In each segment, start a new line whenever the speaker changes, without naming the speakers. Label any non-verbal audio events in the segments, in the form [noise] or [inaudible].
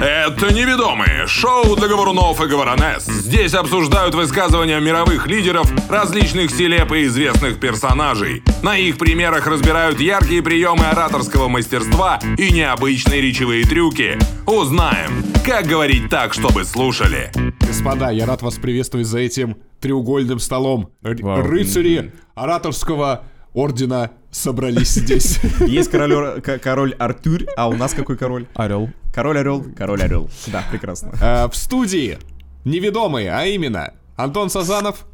Это «Неведомые» — шоу для говорунов и говоронесс. Здесь обсуждают высказывания мировых лидеров, различных селеп и известных персонажей. На их примерах разбирают яркие приемы ораторского мастерства и необычные речевые трюки. Узнаем, как говорить так, чтобы слушали.
Господа, я рад вас приветствовать за этим треугольным столом. Р-
Вау.
Рыцари ораторского ордена собрались здесь.
Есть король, Ор- к- король Артур, а у нас какой король?
Орел.
Король Орел, король Орел. Да, прекрасно.
Э, В студии неведомые, а именно Антон Сазанов,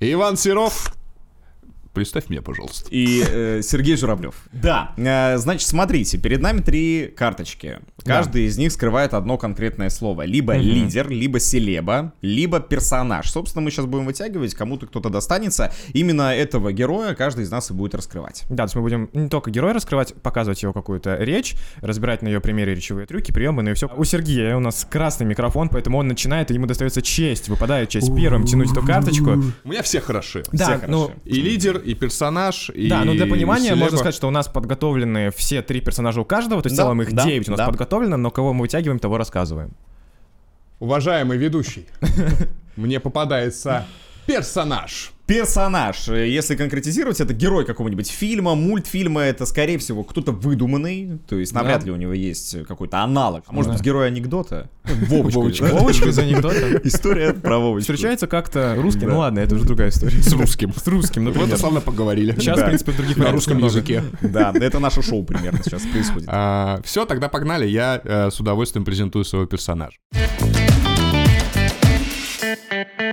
Иван Серов. Представь меня, пожалуйста.
И э, Сергей Журавлев.
Да.
Э, Значит, смотрите, перед нами три карточки. Каждый из них скрывает одно конкретное слово. Либо лидер, либо селеба, либо персонаж. Собственно, мы сейчас будем вытягивать, кому-то кто-то достанется. Именно этого героя каждый из нас и будет раскрывать.
Да, то есть мы будем не только героя раскрывать, показывать его какую-то речь, разбирать на ее примере речевые трюки, приемы, ну и все. У Сергея у нас красный микрофон, поэтому он начинает, и ему достается честь, выпадает честь первым тянуть эту карточку.
У меня все хороши.
Да,
хороши.
ну,
И лидер, и персонаж, и
да, ну для понимания
селеба.
можно сказать, что у нас подготовлены все три персонажа у каждого, то есть
Да,
в целом их
да,
9 у нас
да.
подготовлено, но кого мы вытягиваем, того рассказываем.
Уважаемый ведущий, мне попадается персонаж.
Персонаж, э, если конкретизировать, это герой какого-нибудь фильма, мультфильма, это, скорее всего, кто-то выдуманный, то есть навряд ли у него есть э, какой-то аналог. А может быть, герой анекдота? Вовочка.
[laughs]
[laughs]
Вовочка из анекдота.
История про Вовочку.
Встречается как-то русский, ну ладно, это уже другая история. С русским. С русским,
Вот
например.
и славно поговорили.
Сейчас, в принципе, других
на
вариантов
русском
немного.
языке.
Да, это наше шоу примерно сейчас
все,
происходит.
А, тогда погнали. Я э, с удовольствием презентую своего персонажа.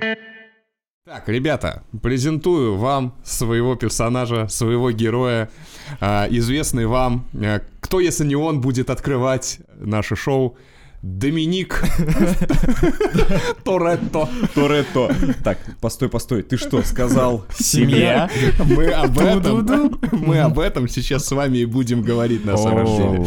Так, ребята, презентую вам своего персонажа, своего героя, А, известный вам. э, кто, если не он, будет открывать наше шоу? Доминик [laughs] Торетто.
Торетто. Так, постой, постой, ты что, сказал?
Семья.
Мы об этом, мы об этом сейчас с вами и будем говорить на самом деле.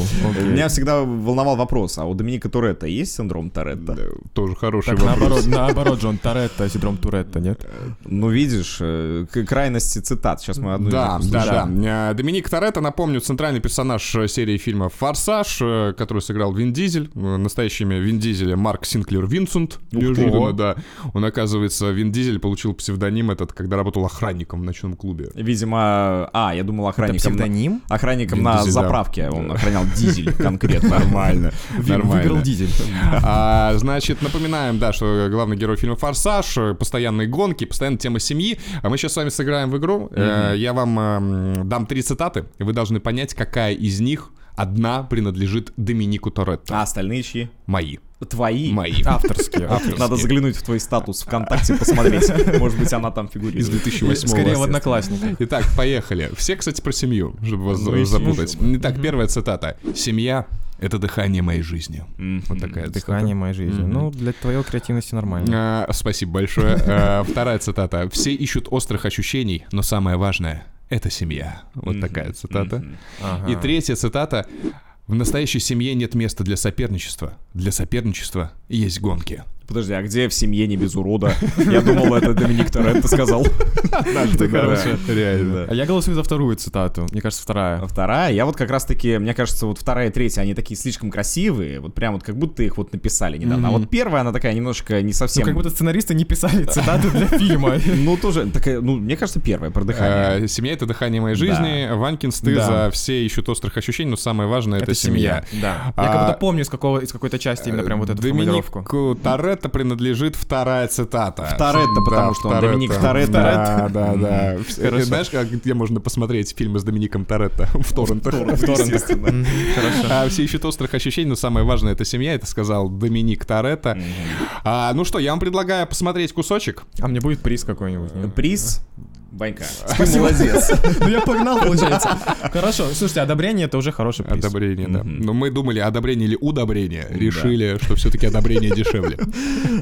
Меня всегда волновал вопрос, а у Доминика Торетто есть синдром
Да,
Торетто?
Э, Тоже хороший
Так
вопрос.
наоборот, наоборот же, он Торетто, а синдром Туретто, нет?
Ну, видишь, э, к- крайности цитат. Сейчас мы одну из них
Да,
услышим.
да, да. Э, Доминик Торетто, напомню, центральный персонаж э, серии фильма «Форсаж», э, который сыграл Вин Дизель. Э, Настоящим имя Вин Дизеля Марк Синклер Винсент. Неожиданно, да. Он, оказывается, Вин Дизель получил псевдоним этот, когда работал охранником в ночном клубе.
Видимо, а, я думал охранником. на-
псевдоним?
Охранником
Вин
на
Дизель, да.
заправке. Он охранял
[laughs]
дизель конкретно. Нормально.
Выиграл дизель.
А, значит, напоминаем, да, что главный герой фильма «Форсаж», э, постоянные гонки, постоянная тема семьи. А мы сейчас с вами сыграем в игру. Э, Я вам эм, дам три цитаты, и вы должны понять, какая из них одна принадлежит Доминику Торетто.
А остальные чьи?
Мои.
Твои.
Мои.
Авторские.
Надо заглянуть в твой статус ВКонтакте, посмотреть. Может быть, она там Э,
Из
фигурирует.
2008
Скорее в
естественно.
одноклассниках.
Итак, поехали. Все, кстати, про семью, чтобы вас
Ну и
запутать. Итак, первая цитата. Семья — это дыхание моей жизни. Вот такая
Дыхание моей жизни. Ну, для твоей креативности нормально.
цитата. А, Спасибо большое. А, Вторая цитата. Все ищут острых ощущений, но самое важное — это семья. Вот такая цитата. И третья цитата. В настоящей семье нет места для соперничества. Для соперничества есть гонки.
Подожди, а где в семье не без урода? Я думал, это Доминик Торетто сказал.
Это
хорошая.
Реально.
А я голосую за вторую цитату. Мне
А
кажется, вторая. Ну,
Вторая, я вот как раз таки, мне кажется, вот вторая и третья, они такие слишком красивые, вот прям вот как будто их вот написали недавно. А вот первая, она такая немножко не
Ну,
совсем...
как будто сценаристы не писали [laughs] цитаты для фильма.
[laughs] Ну, тоже, такая, ну, мне кажется, первая про дыхание.
Э, Семья — это дыхание моей жизни. Ванкинс, ты
Да.
за все ищут острых ощущений, но самое важное — это семья.
Э, Да.
А-
Я как будто помню, из какого- из какой-то части именно прям вот эту формулировку.
Доминику Торетто принадлежит вторая цитата.
Торетто,
Да,
потому что он
Торетто.
Доминик Торетто.
Да, да, да. Э, Знаешь, как- где можно посмотреть фильмы с Домиником Торетто? [laughs] В торрентах. В торрентах. А, Все ищут острых ощущений, но самое важное — это семья. Это сказал Доминик Торетто. А, Ну что, я вам предлагаю посмотреть кусочек.
А мне будет приз какой-нибудь. не?
Приз Ванька. Ты
[laughs]
молодец.
Ну я погнал, получается. [laughs] Хорошо, слушайте, одобрение это уже хороший приз.
Одобрение, да. Но мы думали, одобрение или удобрение. Решили, что все-таки одобрение [laughs] дешевле.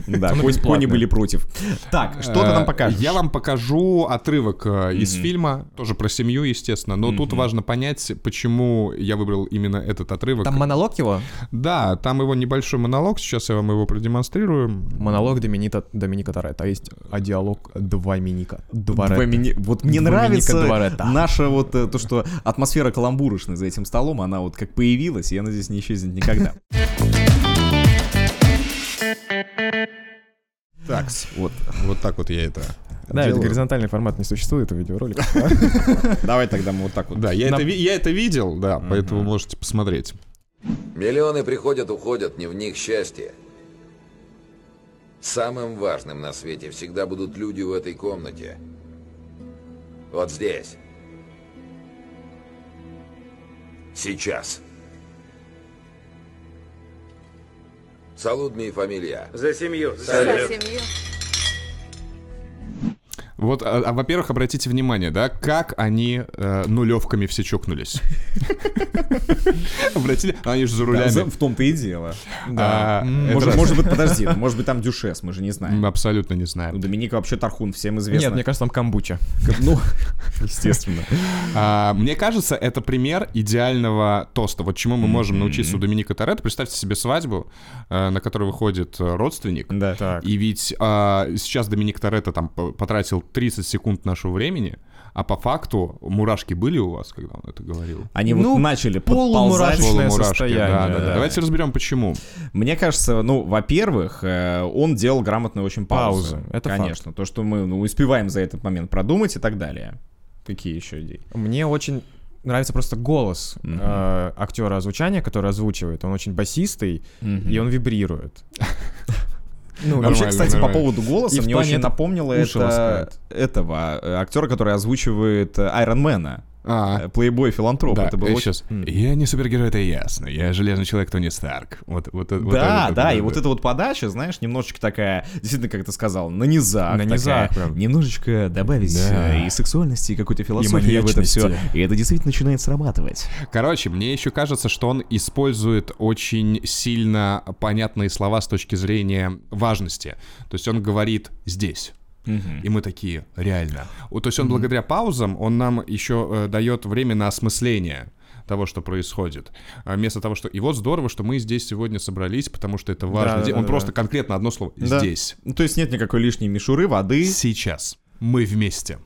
Да,
Оно
конь-
бесплатное.
кони были против. Так, что ты
Э,
нам покажешь?
Я вам покажу отрывок э, из фильма, тоже про семью, естественно, но тут важно понять, почему я выбрал именно этот отрывок.
Там монолог его?
Да, там его небольшой монолог, сейчас я вам его продемонстрирую.
Монолог Доминита, Доминика Торетто, а есть а диалог Доминика Дворетто.
Домини- Вот мне
Доминика
нравится
Дворетта.
наша вот э, то, что атмосфера каламбурочной за этим столом, она вот как появилась, и она здесь не исчезнет никогда.
такс.
Вот.
Вот так вот я это
Да, ведь
делаю.
горизонтальный формат не существует у видеоролика.
[laughs]
[laughs]
Давай тогда мы вот так вот.
Да, я,
На-
это, ви- я это видел, да, поэтому можете посмотреть.
Миллионы приходят, уходят, не в них счастье. Самым важным на свете всегда будут люди в этой комнате. Вот здесь. Сейчас. Салудми и фамилия.
За семью.
За семью.
Вот, а, а, во-первых, обратите внимание, да, как они э, нулевками все
[laughs]
чокнулись. Обратили? Они же за
Да, за-
рулями.
В том-то и дело.
А, это
Может,
раз.
может быть, подожди, ну, может быть, там дюшес, мы же не знаем.
Мы абсолютно не
Ну,
знаем.
Доминика вообще Тархун, всем
Нет,
известно.
мне кажется, там камбуча.
ну, [laughs] естественно.
А, мне кажется, это пример идеального тоста. Вот чему мы можем научиться у Доминика Торетто. Представьте себе свадьбу, э, на которую выходит э, родственник.
[laughs] Да.
Так.
И ведь а, сейчас Доминик Торетто там п- потратил 30 секунд нашего времени, а по факту мурашки были у вас, когда он это говорил?
Они
Ну,
вот начали
полумурашечное
подползать.
Полумурашки,
состояние,
да, да,
да.
да. Давайте разберем, почему.
Мне кажется, ну, во-первых, э, он делал грамотные очень паузы.
Паузы, это
Конечно, то, что мы ну, успеваем за этот момент продумать и так далее. Какие еще идеи?
Мне очень нравится просто голос
Мгм.
э, актера озвучания, который озвучивает. Он очень басистый, и он вибрирует. Ну,
Нормально,
Вообще, кстати,
нормально.
по поводу голоса,
И в
мне
плане
очень
это
напомнило это,
уши ласкает.
этого э, актера, который озвучивает э, Айронмена.
А,
Э, Плейбой-филантроп.
да,
это было очень-
сейчас. Я не супергерой, это ясно. Я железный человек, Тони Старк. Вот, вот, вот
да,
это,
да, и вот эта вот подача, знаешь, немножечко такая, действительно, как ты сказал, на низах.
На
такая,
низах прям.
Немножечко добавить
Да.
э, и сексуальности, и какой-то философии в это все.
маньячности.
И это действительно начинает срабатывать.
Короче, мне еще кажется, что он использует очень сильно понятные слова с точки зрения важности. То есть он говорит здесь. И мы такие, реально. Вот, То есть он благодаря паузам, он нам еще э, дает время на осмысление того, что происходит. А Вместо того, что... И вот здорово, что мы здесь сегодня собрались, потому что это важно.
Да,
Ди-
да,
он
да,
просто
да.
конкретно одно слово.
Да.
Здесь.
Ну, то есть нет никакой лишней мишуры, воды.
Сейчас. Мы вместе.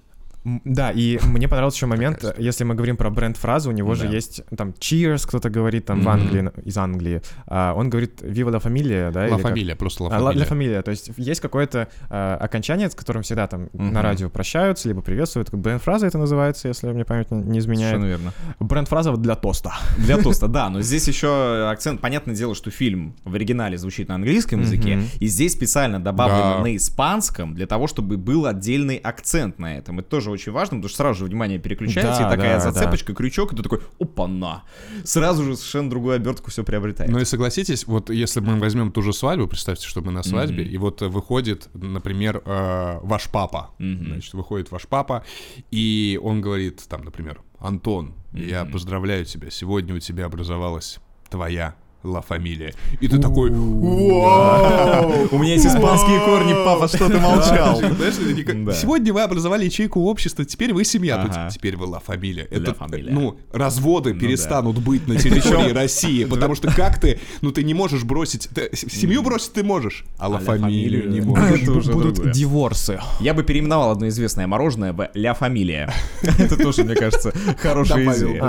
М, Да, и мне понравился еще момент, э, если мы говорим про бренд-фразу, у него же
Да.
есть там cheers, кто-то говорит там в Англии, на- из Англии. А, Он говорит viva la familia, да?
Ла
или как?
фамилия, просто ла
А, ла-
фамилия.
La Familia, то есть есть какое-то э, окончание, с которым всегда там на радио прощаются, либо приветствуют. Бренд-фраза это называется, если мне память не не изменяет.
Совершенно верно.
Бренд-фраза вот для тоста.
Для тоста, да, но здесь еще акцент, понятное дело, что фильм в оригинале звучит на английском языке, и здесь специально добавлено
Да.
на испанском, для того, чтобы был отдельный акцент на этом. Это тоже очень важно, потому что сразу же внимание переключается,
Да,
и такая
да,
зацепочка, крючок, и ты такой, опа-на. Сразу же совершенно другую обертку все приобретает.
Ну и согласитесь, вот если мы возьмем ту же свадьбу, представьте, что мы на свадьбе, и вот э, выходит, например, э, ваш папа. Значит, выходит ваш папа, и он говорит, там, например, Антон, я поздравляю тебя, сегодня у тебя образовалась твоя ла фамилия. И ты такой, «Вау!»
У меня есть испанские корни, папа, что ты молчал?
ну, Знаешь, это не как-
Да.
Сегодня вы образовали ячейку общества, теперь вы семья, тут
Ага.
теперь вы ла фамилия. Это,
Ла Фамилия.
ну, разводы перестанут быть [laughs] на территории России, потому что как ты, ну ты не можешь бросить, ты- с- семью бросить ты можешь, а ла фамилию не можешь.
Это уже другое.
диворсы.
Я бы переименовал одно известное мороженое в Ля Фамилия. [laughs] Это тоже, мне кажется, хорошая
Добавил.
идея.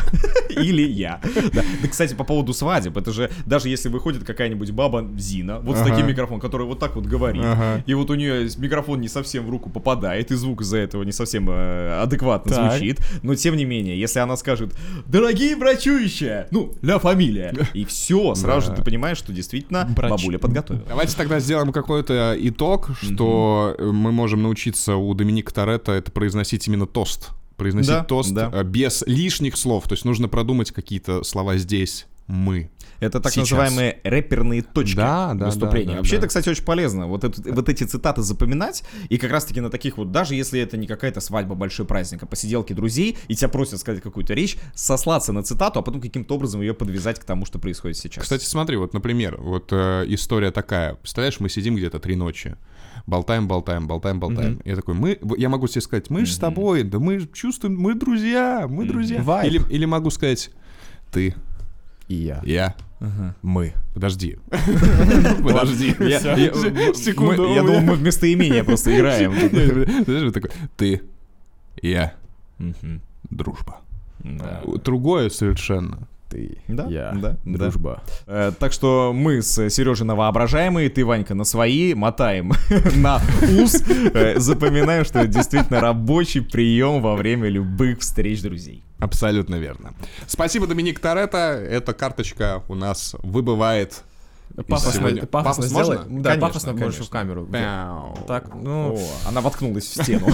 А.
Или я. [laughs] Да. Да, кстати, по поводу свадеб, это же даже если выходит какая-нибудь баба Зина, вот с таким микрофоном, который вот так вот говорит, и вот у нее микрофон не совсем в руку попадает, и звук из-за этого не совсем э, адекватно
Так.
звучит, но тем не менее, если она скажет «Дорогие врачующие!» Ну, ля
[laughs]
фамилия. И все, сразу же ты понимаешь, что действительно
Брач-
бабуля подготовила.
[laughs] Давайте тогда сделаем какой-то итог, что э, мы можем научиться у Доминика Торетто это произносить именно тост. Произносить
Да,
тост
да.
э, без лишних слов. То есть нужно продумать какие-то слова здесь, мы.
Это так
Сейчас.
называемые рэперные точки
Да, да,
выступления.
да, да,
Вообще,
да.
это, кстати, очень полезно. Вот, эту- вот эти цитаты запоминать, и как раз-таки на таких вот, даже если это не какая-то свадьба, большой праздник, а посиделки друзей, и тебя просят сказать какую-то речь, сослаться на цитату, а потом каким-то образом ее подвязать к тому, что происходит сейчас.
Кстати, смотри, вот, например, вот э, история такая. Представляешь, мы сидим где-то три ночи, болтаем, болтаем, болтаем, болтаем. Я такой, мы, в- я могу тебе сказать, мы же с тобой, да мы ж чувствуем, мы друзья, мы друзья. Или, или могу сказать, ты,
И я.
я,
Мы.
[laughs] подожди, подожди,
я, я-
[laughs]
мы-
секунду,
я
у
думал,
меня.
мы вместо имения просто играем.
[laughs] Знаешь, вот такой, ты, я, дружба. Другое совершенно.
ты,
Да,
я,
да, да.
дружба.
Э, Так что мы с Сережей на воображаемые, ты, Ванька, на свои, мотаем [laughs] на ус, э, запоминаем, что это действительно рабочий прием во время любых встреч друзей.
Абсолютно верно. Спасибо, Доминик Торетто. Эта карточка у нас выбывает. из сегодня.
Пафосно, пафосно
Пафос можно?
сделай. Да,
Конечно,
пафосно можешь
конечно.
в камеру.
Мяу.
Так, ну...
О, она воткнулась в [laughs] стену.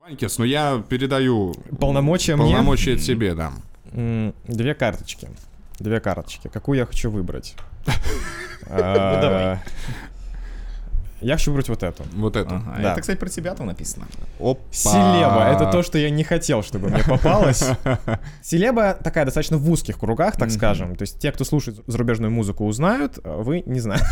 Ванькис, ну я передаю
Полномочия мне.
полномочия тебе, да.
М, Две карточки. Две карточки. Какую я
[laughs]
хочу выбрать?
Ну,
А, Я хочу выбрать вот эту.
Вот это.
А
Да.
Это, кстати, про тебя там написано.
Опа.
Селеба. Это то, что я не хотел, чтобы мне попалось. [laughs] Селеба такая достаточно в узких кругах, так скажем. То есть те, кто слушает зарубежную музыку, узнают, а вы не [laughs] знаете.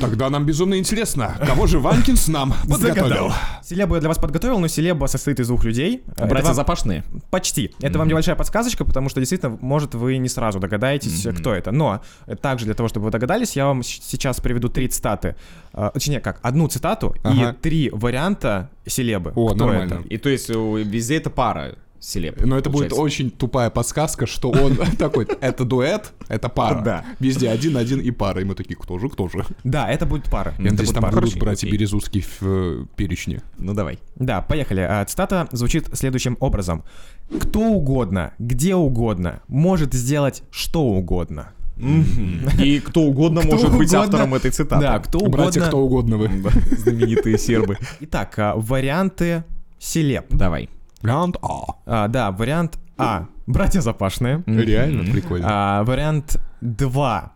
Тогда нам безумно интересно, кого же Ванкинс
[laughs]
нам подготовил.
Селебу я для вас подготовил, но селеба состоит из двух людей. А, Это
Братья
вам-
Запашные.
Почти. Это вам небольшая подсказочка, потому что действительно, может, вы не сразу догадаетесь, кто это. Но э, также для того, чтобы вы догадались, я вам щ- сейчас приведу три цитаты. Э, Точнее, как, одну цитату
Ага.
и три варианта селебы.
О,
Кто
нормально.
это?
И то есть у- везде это пара селеб.
Но это будет
получается.
очень тупая подсказка, что он [laughs] такой, это дуэт, это пара.
Да.
Везде один, один и пара. И мы такие, кто же, кто же.
Да, это будет пара.
Я надеюсь,
будет
там
пара.
будут
Хороший,
брать
окей.
березутские э, перечни.
Ну давай.
Да, поехали. А, Цитата звучит следующим образом. Кто угодно, где угодно, может сделать что угодно.
И кто угодно
Кто
может быть
угодно.
автором этой цитаты.
Да, кто угодно.
Братья, кто угодно вы.
Да, Знаменитые сербы.
Итак, а, варианты селеб.
[laughs] Давай.
Раунд А.
А, да, вариант А. Братья Запашные.
Реально прикольно.
А, вариант 2.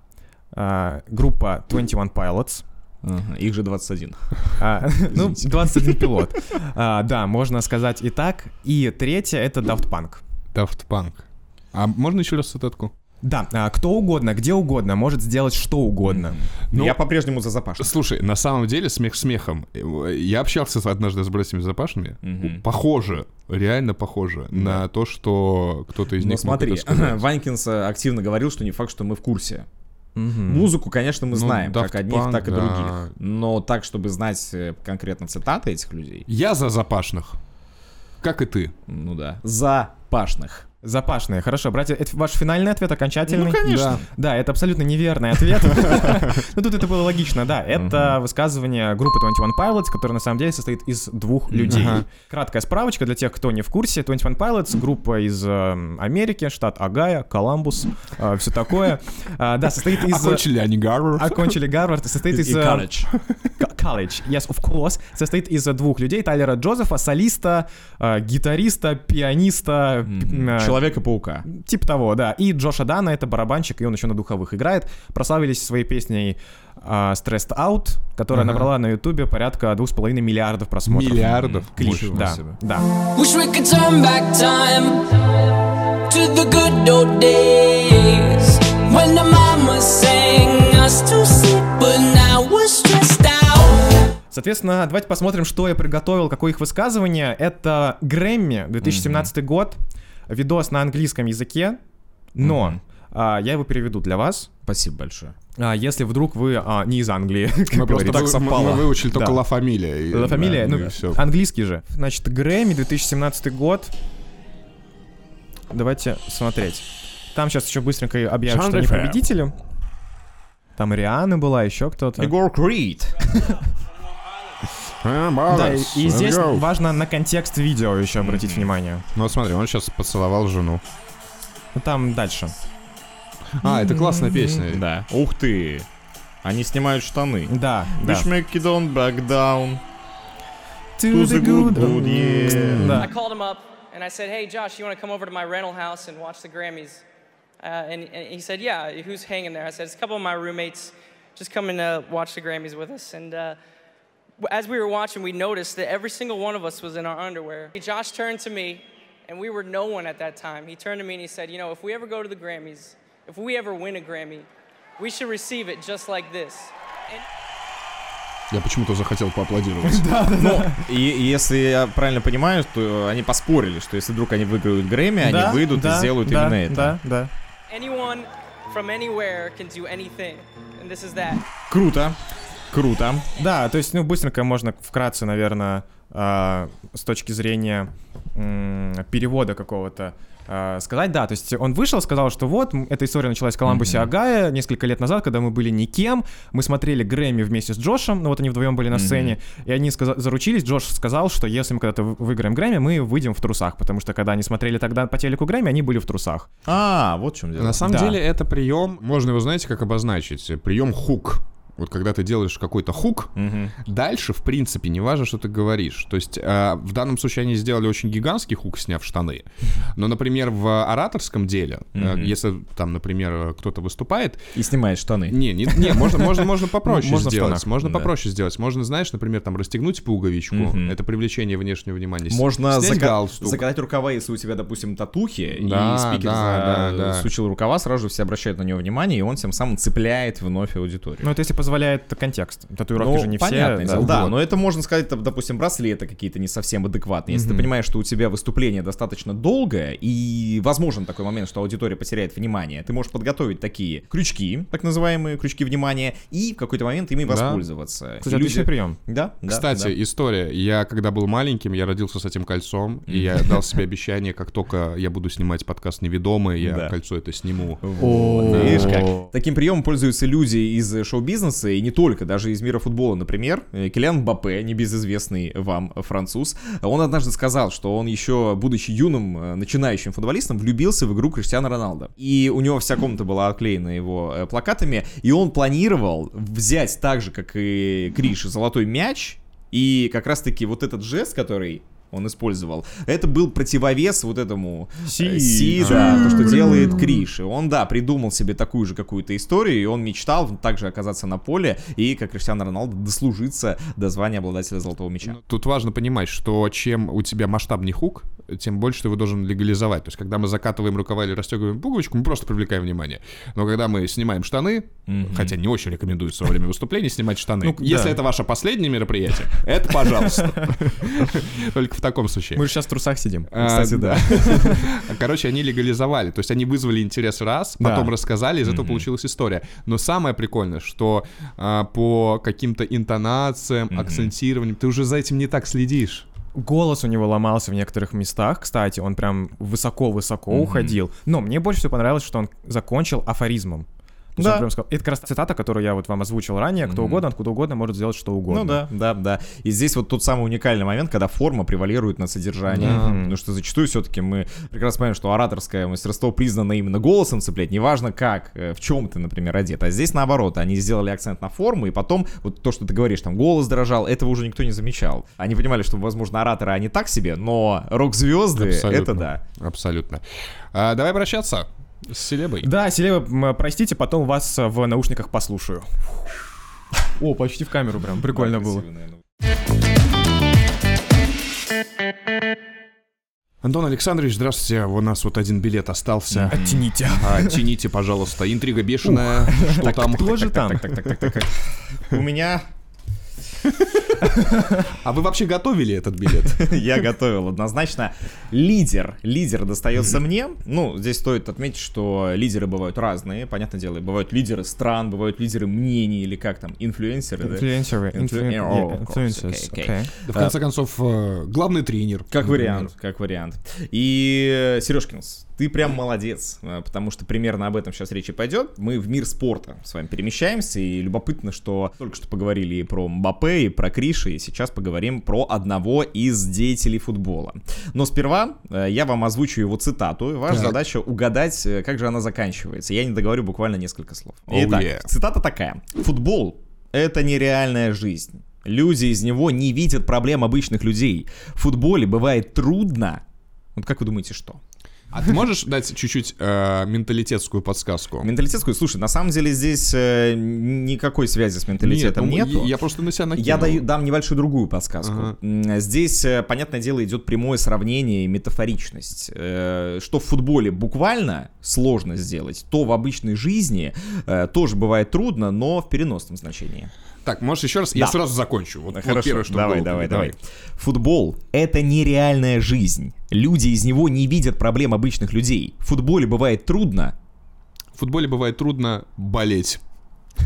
группа 21 Pilots.
Ага, Их же 21.
А, [laughs] ну, 21 пилот. А, да, можно сказать и так. И третье — это Daft Punk.
Daft Punk. А можно еще раз цитатку?
Да, а, кто угодно, где угодно, может сделать что угодно.
Ну-
Я по-прежнему за Запашных.
Слушай, на самом деле смех смехом. Я общался с- однажды с братьями Запашными. Похоже, реально похоже на то, что кто-то из
Ну
них мог это
смотри,
[laughs]
сказать.
[laughs] Ванькинс э, активно говорил, что не факт, что мы в курсе.
Мгм.
Музыку, конечно, мы
Ну,
знаем,
Daft
как одних,
Punk,
так и
да.
других. Но так, чтобы знать э, конкретно цитаты этих людей,
Я за Запашных. Как и ты.
ну да. Запашных.
Запашные, хорошо, братья, это ваш финальный ответ окончательный?
Ну, конечно.
Да, это абсолютно неверный ответ. Ну, тут это было логично, да. Это высказывание группы 21 Pilots, которая на самом деле состоит из двух людей.
Ага.
Краткая справочка для тех, кто не в курсе. 21 Pilots — группа из эм, Америки, штат Агая, Коламбус, все такое. А, Да, состоит из...
Окончили они Гарвард.
Окончили Гарвард, состоит из...
И
э,
Карадж.
К- College, yes, of course, состоит из двух людей, Тайлера Джозефа, солиста, э, гитариста, пианиста, м, э,
Человека-паука.
Типа того, да. И Джоша Дана это барабанщик, и он еще на духовых играет. Прославились своей песней а, Stressed Out, которая набрала на Ютубе порядка 2,5 миллиардов просмотров.
Миллиардов.
Клип,
Больше.
да,
себе.
да.
Wish we could turn back time to the good old days when the mama sang us to sleep, but now we're stressed out.
Соответственно, давайте посмотрим, что я приготовил, какое их высказывание. Это Грэмми, 2017 год, видос на английском языке, но а, я его переведу для вас.
Спасибо большое.
А, если вдруг вы а, не из Англии, [laughs] как
Мы просто
говорится.
так совпало. Мы выучили только
Да.
Ла Фамилия. и-
Ла фамилия,
да,
ну,
и всё.
английский же. Значит, Грэмми, 2017 год. Давайте смотреть. Там сейчас еще быстренько и объявят, что они
Шандрифе.
победители. Там Риана была, еще кто-то.
Егор Крид.
Э,
а, Да, и,
молодец.
и
Let's
здесь
go.
важно на контекст видео еще обратить внимание.
Ну вот смотри, он сейчас поцеловал жену.
Ну, Там дальше.
А, это классная песня.
Да. Ух ты. Они снимают штаны.
Да, да.
Wish me kid on back down. To the good old years.
Да.
I called him up and I said, "Hey, Josh, you want to come over to my rental house and watch the Grammys?" Uh, and, and he said, "Yeah, who's hanging there?" I said, "It's a couple of my roommates, just coming to watch the Grammys with us." And uh, w- as we were watching, we noticed that every single one of us was in our underwear. Josh turned to me, and we were no one at that time. He turned to me and he said, "You know, if we ever go to the Grammys, if we ever win a Grammy, we should receive it just like this."
Я почему-то захотел
[laughs]
поаплодировать.
И и если я правильно понимаю, то они поспорили, что если вдруг они выиграют Грэмми,
Да,
они выйдут и
да,
сделают
да,
именно это.
Да, да.
Anyone from anywhere can do anything, and this is that.
Круто. Круто.
Да, то есть, ну, быстренько можно вкратце, наверное, а, с точки зрения м, перевода какого-то э, сказать. Да, то есть он вышел, сказал, что вот, м, эта история началась в Коламбусе Агая несколько лет назад, когда мы были никем, мы смотрели Грэмми вместе с Джошем, ну вот они вдвоем были на сцене, и они сказа- заручились, Джош сказал, что если мы когда-то вы- выиграем Грэмми, мы выйдем в трусах, потому что когда они смотрели тогда по телеку Грэмми, они были в трусах.
А, вот в чем дело.
На самом
Да.
деле это прием, можно его, знаете, как обозначить, прием хук. Вот когда ты делаешь какой-то хук, дальше, в принципе, не важно, что ты говоришь. То есть э, в данном случае они сделали очень гигантский хук, сняв штаны. Но, например, в ораторском деле, э, если там, например, э, кто-то выступает,
И снимает штаны.
не, не, не, можно, можно, можно попроще
Можно в
сделать.
штанах,
Можно
да.
попроще сделать. Можно, знаешь, например, там расстегнуть пуговичку. Это привлечение внешнего внимания. С-
Можно
снять
зака-
галстук.
закатать рукава, если у тебя, допустим, татухи,
Да,
и спикер
да,
за-
да, да.
сучил рукава, сразу же все обращают на него внимание, и он тем самым цепляет вновь аудиторию.
Ну это если позволяет контекст. Татуировки
Ну,
же не
понятное
все.
дело, Да,
Вот.
но это можно сказать, там, допустим, браслеты какие-то не совсем адекватные. Если ты понимаешь, что у тебя выступление достаточно долгое, и возможен такой момент, что аудитория потеряет внимание, ты можешь подготовить такие крючки, так называемые крючки внимания, и в какой-то момент ими воспользоваться.
Кстати,
И люди-
отличный прием.
Да, да,
Кстати,
да.
история. Я когда был маленьким, я родился с этим кольцом, и я дал себе обещание, как только я буду снимать подкаст «Неведомые», я
Да.
кольцо это сниму.
Вот, видишь как. Таким приемом пользуются люди из э, шоу-бизнеса, и не только, даже из мира футбола, например. э, Килиан Мбаппе, небезызвестный вам француз, он однажды сказал, что он еще, будучи юным э, начинающим футболистом, влюбился в игру Криштиана Роналда. И у него вся комната была оклеена его э, плакатами, и он планировал взять так же, как и Криш, золотой мяч, и как раз-таки вот этот жест, который он использовал. Это был противовес вот этому э,
Си.
Си, да, то, что делает Криш. И он, да, придумал себе такую же какую-то историю, и он мечтал также оказаться на поле и, как Криштиану Роналду, дослужиться до звания обладателя золотого мяча.
Ну, Тут важно понимать, что чем у тебя масштабный хук, тем больше ты его должен легализовать. То есть, когда мы закатываем рукава или расстегиваем пуговичку, мы просто привлекаем внимание. Но когда мы снимаем штаны, хотя не очень рекомендуется во время выступления снимать штаны,
Ну,
если это ваше последнее мероприятие, это пожалуйста.
[laughs]
Только в таком случае.
Мы же сейчас в трусах сидим.
А,
Кстати, да.
[laughs] Короче, они легализовали. То есть они вызвали интерес раз, потом рассказали, из этого получилась история. Но самое прикольное, что а, по каким-то интонациям, акцентированиям, ты уже за этим не так следишь.
Голос у него ломался в некоторых местах, кстати, он прям высоко-высоко уходил. Но мне больше всего понравилось, что он закончил афоризмом. То есть он
Да.
прям сказал- Это как раз цитата, которую я вот вам озвучил ранее. Кто угодно, откуда угодно, может сделать что угодно.
Ну да, да, да. И здесь вот тот самый уникальный момент, когда форма превалирует над содержанием. Потому что зачастую все-таки мы прекрасно понимаем, что ораторское мастерство признано именно голосом цеплять, неважно как, э, в чем ты, например, одет. А здесь наоборот, они сделали акцент на форму, и потом вот то, что ты говоришь, там голос дрожал, этого уже никто не замечал. Они понимали, что, возможно, ораторы они так себе, но рок-звезды, это да.
Абсолютно. А, давай прощаться с селебой.
Да, Селева, м, простите, потом вас э, в наушниках послушаю. О, почти в камеру прям, прикольно было.
Антон Александрович, здравствуйте. У нас вот один билет остался.
Оттяните.
А, тяните, пожалуйста. Интрига бешеная. Что там?
Кто же там?
У меня [laughs]
А вы вообще готовили этот билет?
[laughs] Я готовил однозначно. Лидер. Лидер достается мне. Ну, здесь стоит отметить, что лидеры бывают разные. Понятное дело, бывают лидеры стран, бывают лидеры мнений или как там, инфлюенсеры. да?
Инфлюенсеры.
Инфлю-
инфлю-
О,
yeah,
of course,
influencers,
окей,
окей.
окей.
Да, в конце концов, э, главный тренер.
Как вариант, как вариант. И, э, Сережкинс, ты прям молодец, э, потому что примерно об этом сейчас речь и пойдет. Мы в мир спорта с вами перемещаемся, и любопытно, что только что поговорили и про Мбаппе, и про Криша, и сейчас поговорим про одного из деятелей футбола. Но сперва э, я вам озвучу его цитату, и ваша задача угадать, э, как же она заканчивается. Я не договорю буквально несколько слов.
Oh,
Итак,
yeah.
цитата такая. «Футбол — это нереальная жизнь. Люди из него не видят проблем обычных людей. В футболе бывает трудно». Вот как вы думаете, что?
А ты можешь дать чуть-чуть э, менталитетскую подсказку?
Менталитетскую, слушай, на самом деле здесь э, никакой связи с менталитетом
Нет, ну,
нету.
я- Я просто на себя накинул.
Я даю, дам небольшую другую подсказку.
Ага.
М, Здесь, э, понятное дело, идет прямое сравнение и метафоричность. Э, Что в футболе буквально сложно сделать, то в обычной жизни э, тоже бывает трудно, но в переносном значении.
Так, можешь еще раз? Я
Да.
сразу закончу. Вот, вот
Хорошо,
первое, что
давай,
было.
давай, давай. Футбол — это нереальная жизнь. Люди из него не видят проблем обычных людей. В футболе бывает трудно. [laughs]
В футболе бывает трудно болеть.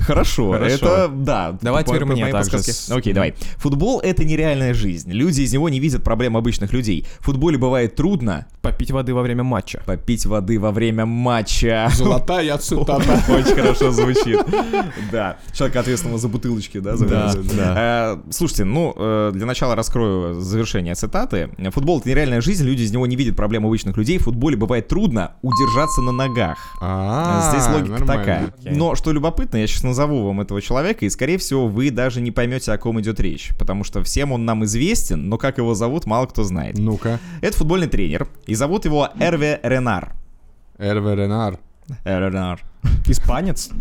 Хорошо,
Хорошо.
это да.
Давай
по-
теперь
по
мне
моей
также
подсказке.
с-
Окей, давай. Футбол это нереальная жизнь. Люди из него не видят проблем обычных людей. В футболе бывает трудно
Попить воды во время матча.
попить воды во время матча.
Золотая цитата.
[laughs] Очень хорошо звучит. Да. Человек, ответственного за бутылочки, да? за
Да,
вырезку. Э, Слушайте, ну, э, для начала раскрою завершение цитаты. Футбол — это нереальная жизнь, люди из него не видят проблем обычных людей. В футболе бывает трудно удержаться на ногах.
А,
Здесь логика
нормально.
такая.
Окей.
Но что любопытно, я сейчас назову вам этого человека, и, скорее всего, вы даже не поймете, о ком идет речь. Потому что всем он нам известен, но как его зовут, мало кто знает.
Ну-ка.
Это футбольный тренер, и зовут его Эрве Ренар.
РВРНР.
Эрве Ренар.
Испанец?
[laughs]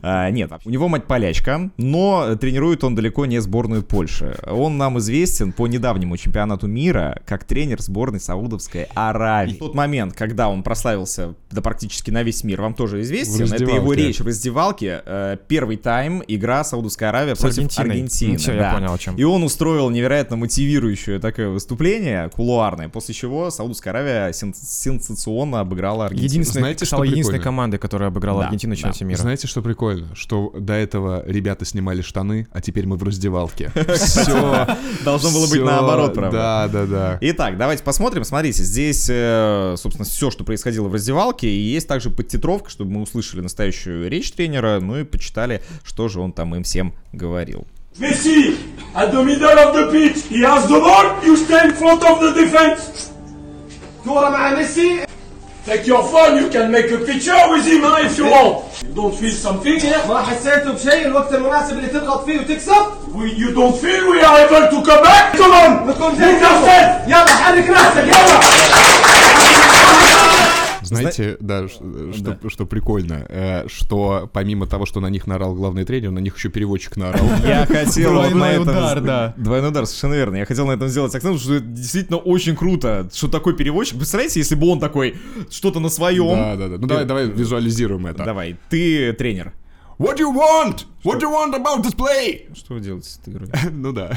А, нет, у него мать полячка, но тренирует он далеко не сборную Польши. Он нам известен по недавнему чемпионату мира как тренер сборной Саудовской Аравии. Тот момент, когда он прославился да, практически на весь мир, вам тоже известен.
В
Это его
раздевалке.
речь в раздевалке. Э, Первый тайм, игра Саудовская Аравия против
Аргентиной.
Аргентины.
Ну всё, я
да.
понял, о чём.
И он устроил невероятно мотивирующее такое выступление, кулуарное, после чего Саудовская Аравия сен- сенсационно обыграла Аргентину.
Единственная,
Знаете, что
стала единственной
прикольно?
командой, которая обыграла
Да,
Аргентину в
да.
чемпионате мира.
Знаете, что прикольно? Что до этого ребята снимали штаны, а теперь мы в
[laughs]
раздевалке. Все.
Должно было быть наоборот, правда.
Да, да, да.
Итак, давайте посмотрим. Смотрите, здесь, э, собственно, все, что происходило в раздевалке, и есть также подтитровка, чтобы мы услышали настоящую речь тренера, ну и почитали, что же он там им всем говорил.
Messi at the middle of the pitch. He has the ball. You stay in front of the defense. Tourne مع Messi. Take your phone. You can make a picture with him huh, if you want. You don't feel something here.
ما حسيته بشيء الوقت المناسب اللي تضغط فيه وتكسب
We, you don't feel we are able to come back. Come on.
بتكون زي
Move yourself.
الأول. يلا حرك راسك يلا
Знаете, да, ш- что, что прикольно, э, что помимо того, что на них наорал главный тренер, на них еще переводчик [laughs] наорал.
[laughs] Я хотел вот на
Двойной
этом...
удар, да.
Двойной удар, совершенно верно. Я хотел на этом сделать акцент, потому что это действительно очень круто, что такой переводчик. Представляете, если бы он такой, что-то на своем...
Да, да, да. Ну давай, давай визуализируем это.
Давай, ты тренер.
What do you want? What do you want about this play?
Что вы делаете с этой игрой?
[laughs] Ну да.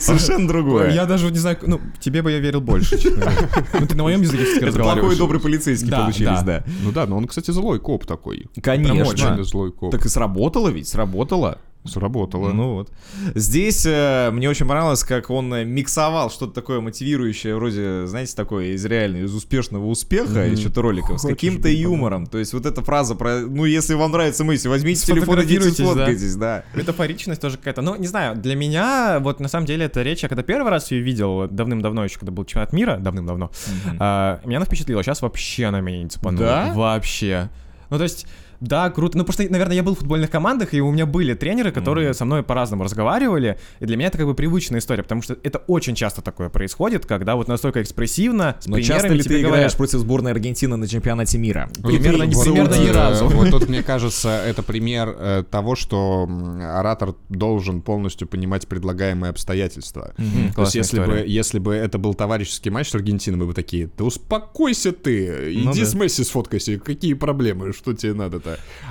Совершенно другое.
Я даже не знаю, ну, тебе бы я верил больше. честно говоря. Ну, ты на моем языке все-таки
Это плохой
разговариваешь.
добрый полицейский
Да,
получились, да.
да.
Ну да, но он, кстати, злой коп такой.
Конечно.
Очень злой коп.
Так и сработало ведь, сработало.
Сработало.
Ну вот. Здесь э, мне очень понравилось, как он э, миксовал что-то такое мотивирующее, вроде, знаете, такое из реально, из успешного успеха, из что-то роликов, с каким-то юмором. То есть вот эта фраза про, ну, если вам нравится мысль, возьмите телефон и идите
Сфотографируйтесь, да.
сфоткайтесь, да.
Метафоричность тоже какая-то. Ну, не знаю, для меня, вот на самом деле, эта речь, я когда первый раз ее видел, давным-давно еще, когда был чемпионат мира, давным-давно, а, меня она впечатлила. Сейчас вообще она меня не цепанула.
Да?
Вообще. Ну, то есть, да, круто. Ну, потому что, наверное, я был в футбольных командах, и у меня были тренеры, которые со мной по-разному разговаривали. И для меня это как бы привычная история, потому что это очень часто такое происходит, когда вот настолько экспрессивно, с
Но часто
примерами
ли
тебе
ты
говорят.
играешь против сборной Аргентины на чемпионате мира?
Вот
Примерно
тут
не-
вот,
примерно ни
э,
разу.
Вот
[laughs]
тут, мне кажется, это пример э, того, что м, оратор должен полностью понимать предлагаемые обстоятельства. То есть,
классная
если бы,
история.
если бы это был товарищеский матч с Аргентиной, мы бы такие, да успокойся ты,
Ну
иди с Месси сфоткайся, какие проблемы, что тебе надо-то?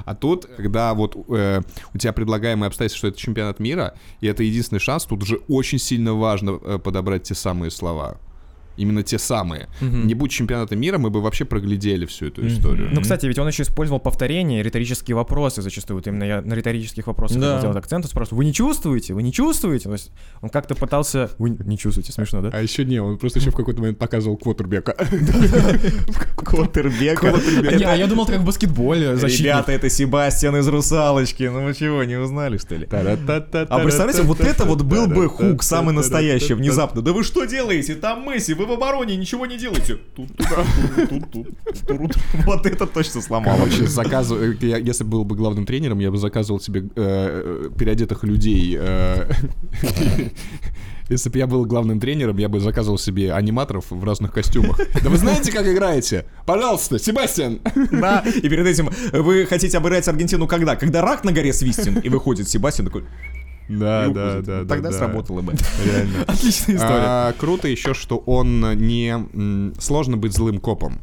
А тут, когда вот э, у тебя предлагаемые обстоятельства, что это чемпионат мира, и это единственный шанс, тут же очень сильно важно э, подобрать те самые слова. Именно те самые. Не будь чемпионата мира, мы бы вообще проглядели всю эту историю.
Ну, кстати, ведь он еще использовал повторение и риторические вопросы зачастую. Вот именно я на риторических вопросах хотел делать акцент. Он спрашивал, вы не чувствуете? Вы не чувствуете? То есть он как-то пытался... Вы не- не чувствуете? Смешно, да?
А еще не, он просто еще в какой-то момент показывал Квотербека.
Коттербека.
Не, а я думал, это как в баскетболе, защитник.
Ребята, это Себастьян из «Русалочки». Ну вы чего, не узнали, что ли? А
А
представляете, вот это вот был бы хук самый настоящий, внезапно. Да вы что делаете? Там Месси, вы в обороне, ничего не делаете. Тут, туда, тут, тут, тут, тут, тут. Вот это точно сломало.
Короче, заказываю, э, я- если был бы главным тренером, я бы заказывал себе э, переодетых людей. э, [laughs] Если бы я был главным тренером, я бы заказывал себе аниматоров в разных костюмах. Да вы знаете, как играете? Пожалуйста, Себастьян!
Да, и перед этим вы хотите обыграть Аргентину когда? Когда рак на горе свистен, и выходит Себастьян такой...
[laughs] Да,
и уходит. Ну, Тогда сработало бы.
Реально.
[laughs] Отличная история.
А, круто еще, что он не... м, Сложно быть злым копом.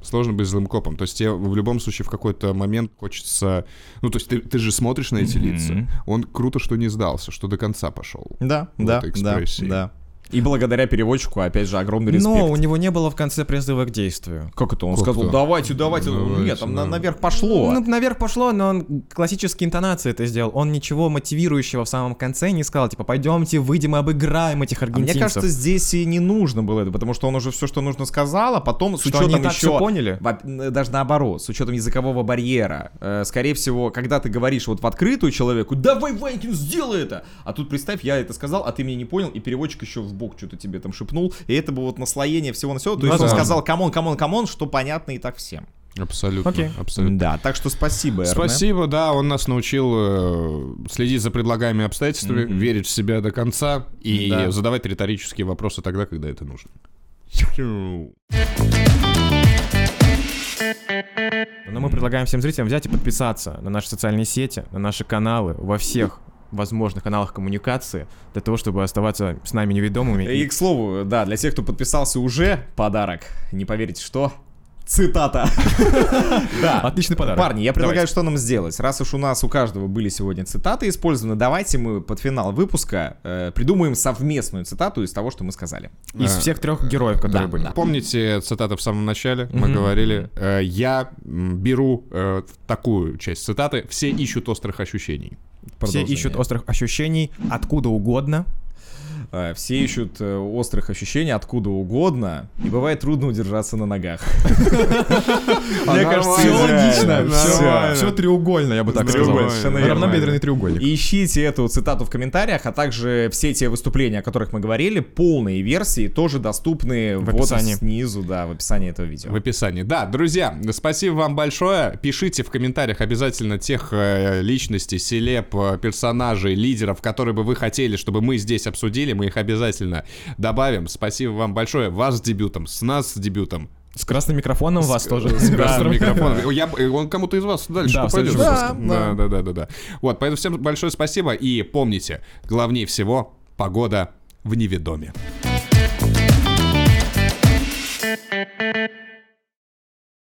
Сложно быть злым копом. То есть тебе в любом случае в какой-то момент хочется... Ну, то есть ты, ты же смотришь на эти лица. Он круто, что не сдался, что до конца пошел.
Да,
Вот
да, да,
экспрессии.
да. И благодаря переводчику, опять же, огромный респект.
Но у него не было в конце призыва к действию.
Как это? Он
Как
сказал,
это?
давайте, давайте. Нет, там на- наверх пошло.
Ну, наверх пошло, но он классические интонации это сделал. Он ничего мотивирующего в самом конце не сказал. Типа, пойдемте, выйдем и обыграем этих
А мне
аргентинцев.
кажется, здесь и не нужно было это, потому что он уже все, что нужно, сказал, а потом с
Что
учетом
они и так
еще
всё поняли?
Во- э, даже наоборот, с учетом языкового барьера. Э, скорее всего, когда ты говоришь вот в открытую человеку, давай, Ванькин, сделай это! А тут представь, я это сказал, а ты меня не понял, и переводчик еще в бок что-то тебе там шепнул, и это было вот наслоение всего на всего. То есть он
да.
сказал, камон, камон, камон, что понятно и так всем.
Абсолютно.
Окей.
Абсолютно.
Да, так что спасибо, Эрне.
Спасибо, да, он нас научил э, следить за предлагаемыми обстоятельствами, верить в себя до конца и
Да.
задавать риторические вопросы тогда, когда это нужно.
Но мы предлагаем всем зрителям взять и подписаться на наши социальные сети, на наши каналы, во всех возможных каналах коммуникации, для того, чтобы оставаться с нами неведомыми.
И, к слову, да, для тех, кто подписался уже, подарок. Не поверите, что? Цитата. Да.
Отличный подарок.
Парни, я предлагаю,
Давайте.
что нам сделать. Раз уж у нас у каждого были сегодня цитаты использованы, давайте мы под финал выпуска э, придумаем совместную цитату из того, что мы сказали.
Из всех трех героев, которые
А. да,
были.
да.
Помните цитату в самом начале? Мы говорили, э, я м, беру э, такую часть цитаты, все ищут острых ощущений.
Все ищут острых ощущений откуда угодно.
Э, Все ищут э, острых ощущений откуда угодно, и бывает трудно удержаться на
[laughs]
ногах. Мне кажется,
Всё
идеально. Всё.
Все треугольно, я бы так сказал.
Треугольно, совершенно верно.
Равнобедренный треугольник.
Ищите эту цитату в комментариях, а также все те выступления, о которых мы говорили, полные версии тоже доступны в
описании.
снизу, да, в описании этого видео.
В описании. Да, друзья, спасибо вам большое. Пишите в комментариях обязательно тех э, личностей, селеп, э, персонажей, лидеров, которые бы вы хотели, чтобы мы здесь обсудили. Мы их обязательно добавим. Спасибо вам большое. Вас с дебютом, с нас с дебютом.
С красным микрофоном
[laughs]
вас тоже. С
Да,
красным [laughs]
микрофон. Я б- э, Он кому-то из вас дальше
Да, в
попадет.
следующем
Да, да, да, да, да. Вот, поэтому всем большое спасибо и помните, главнее всего погода в неведоме.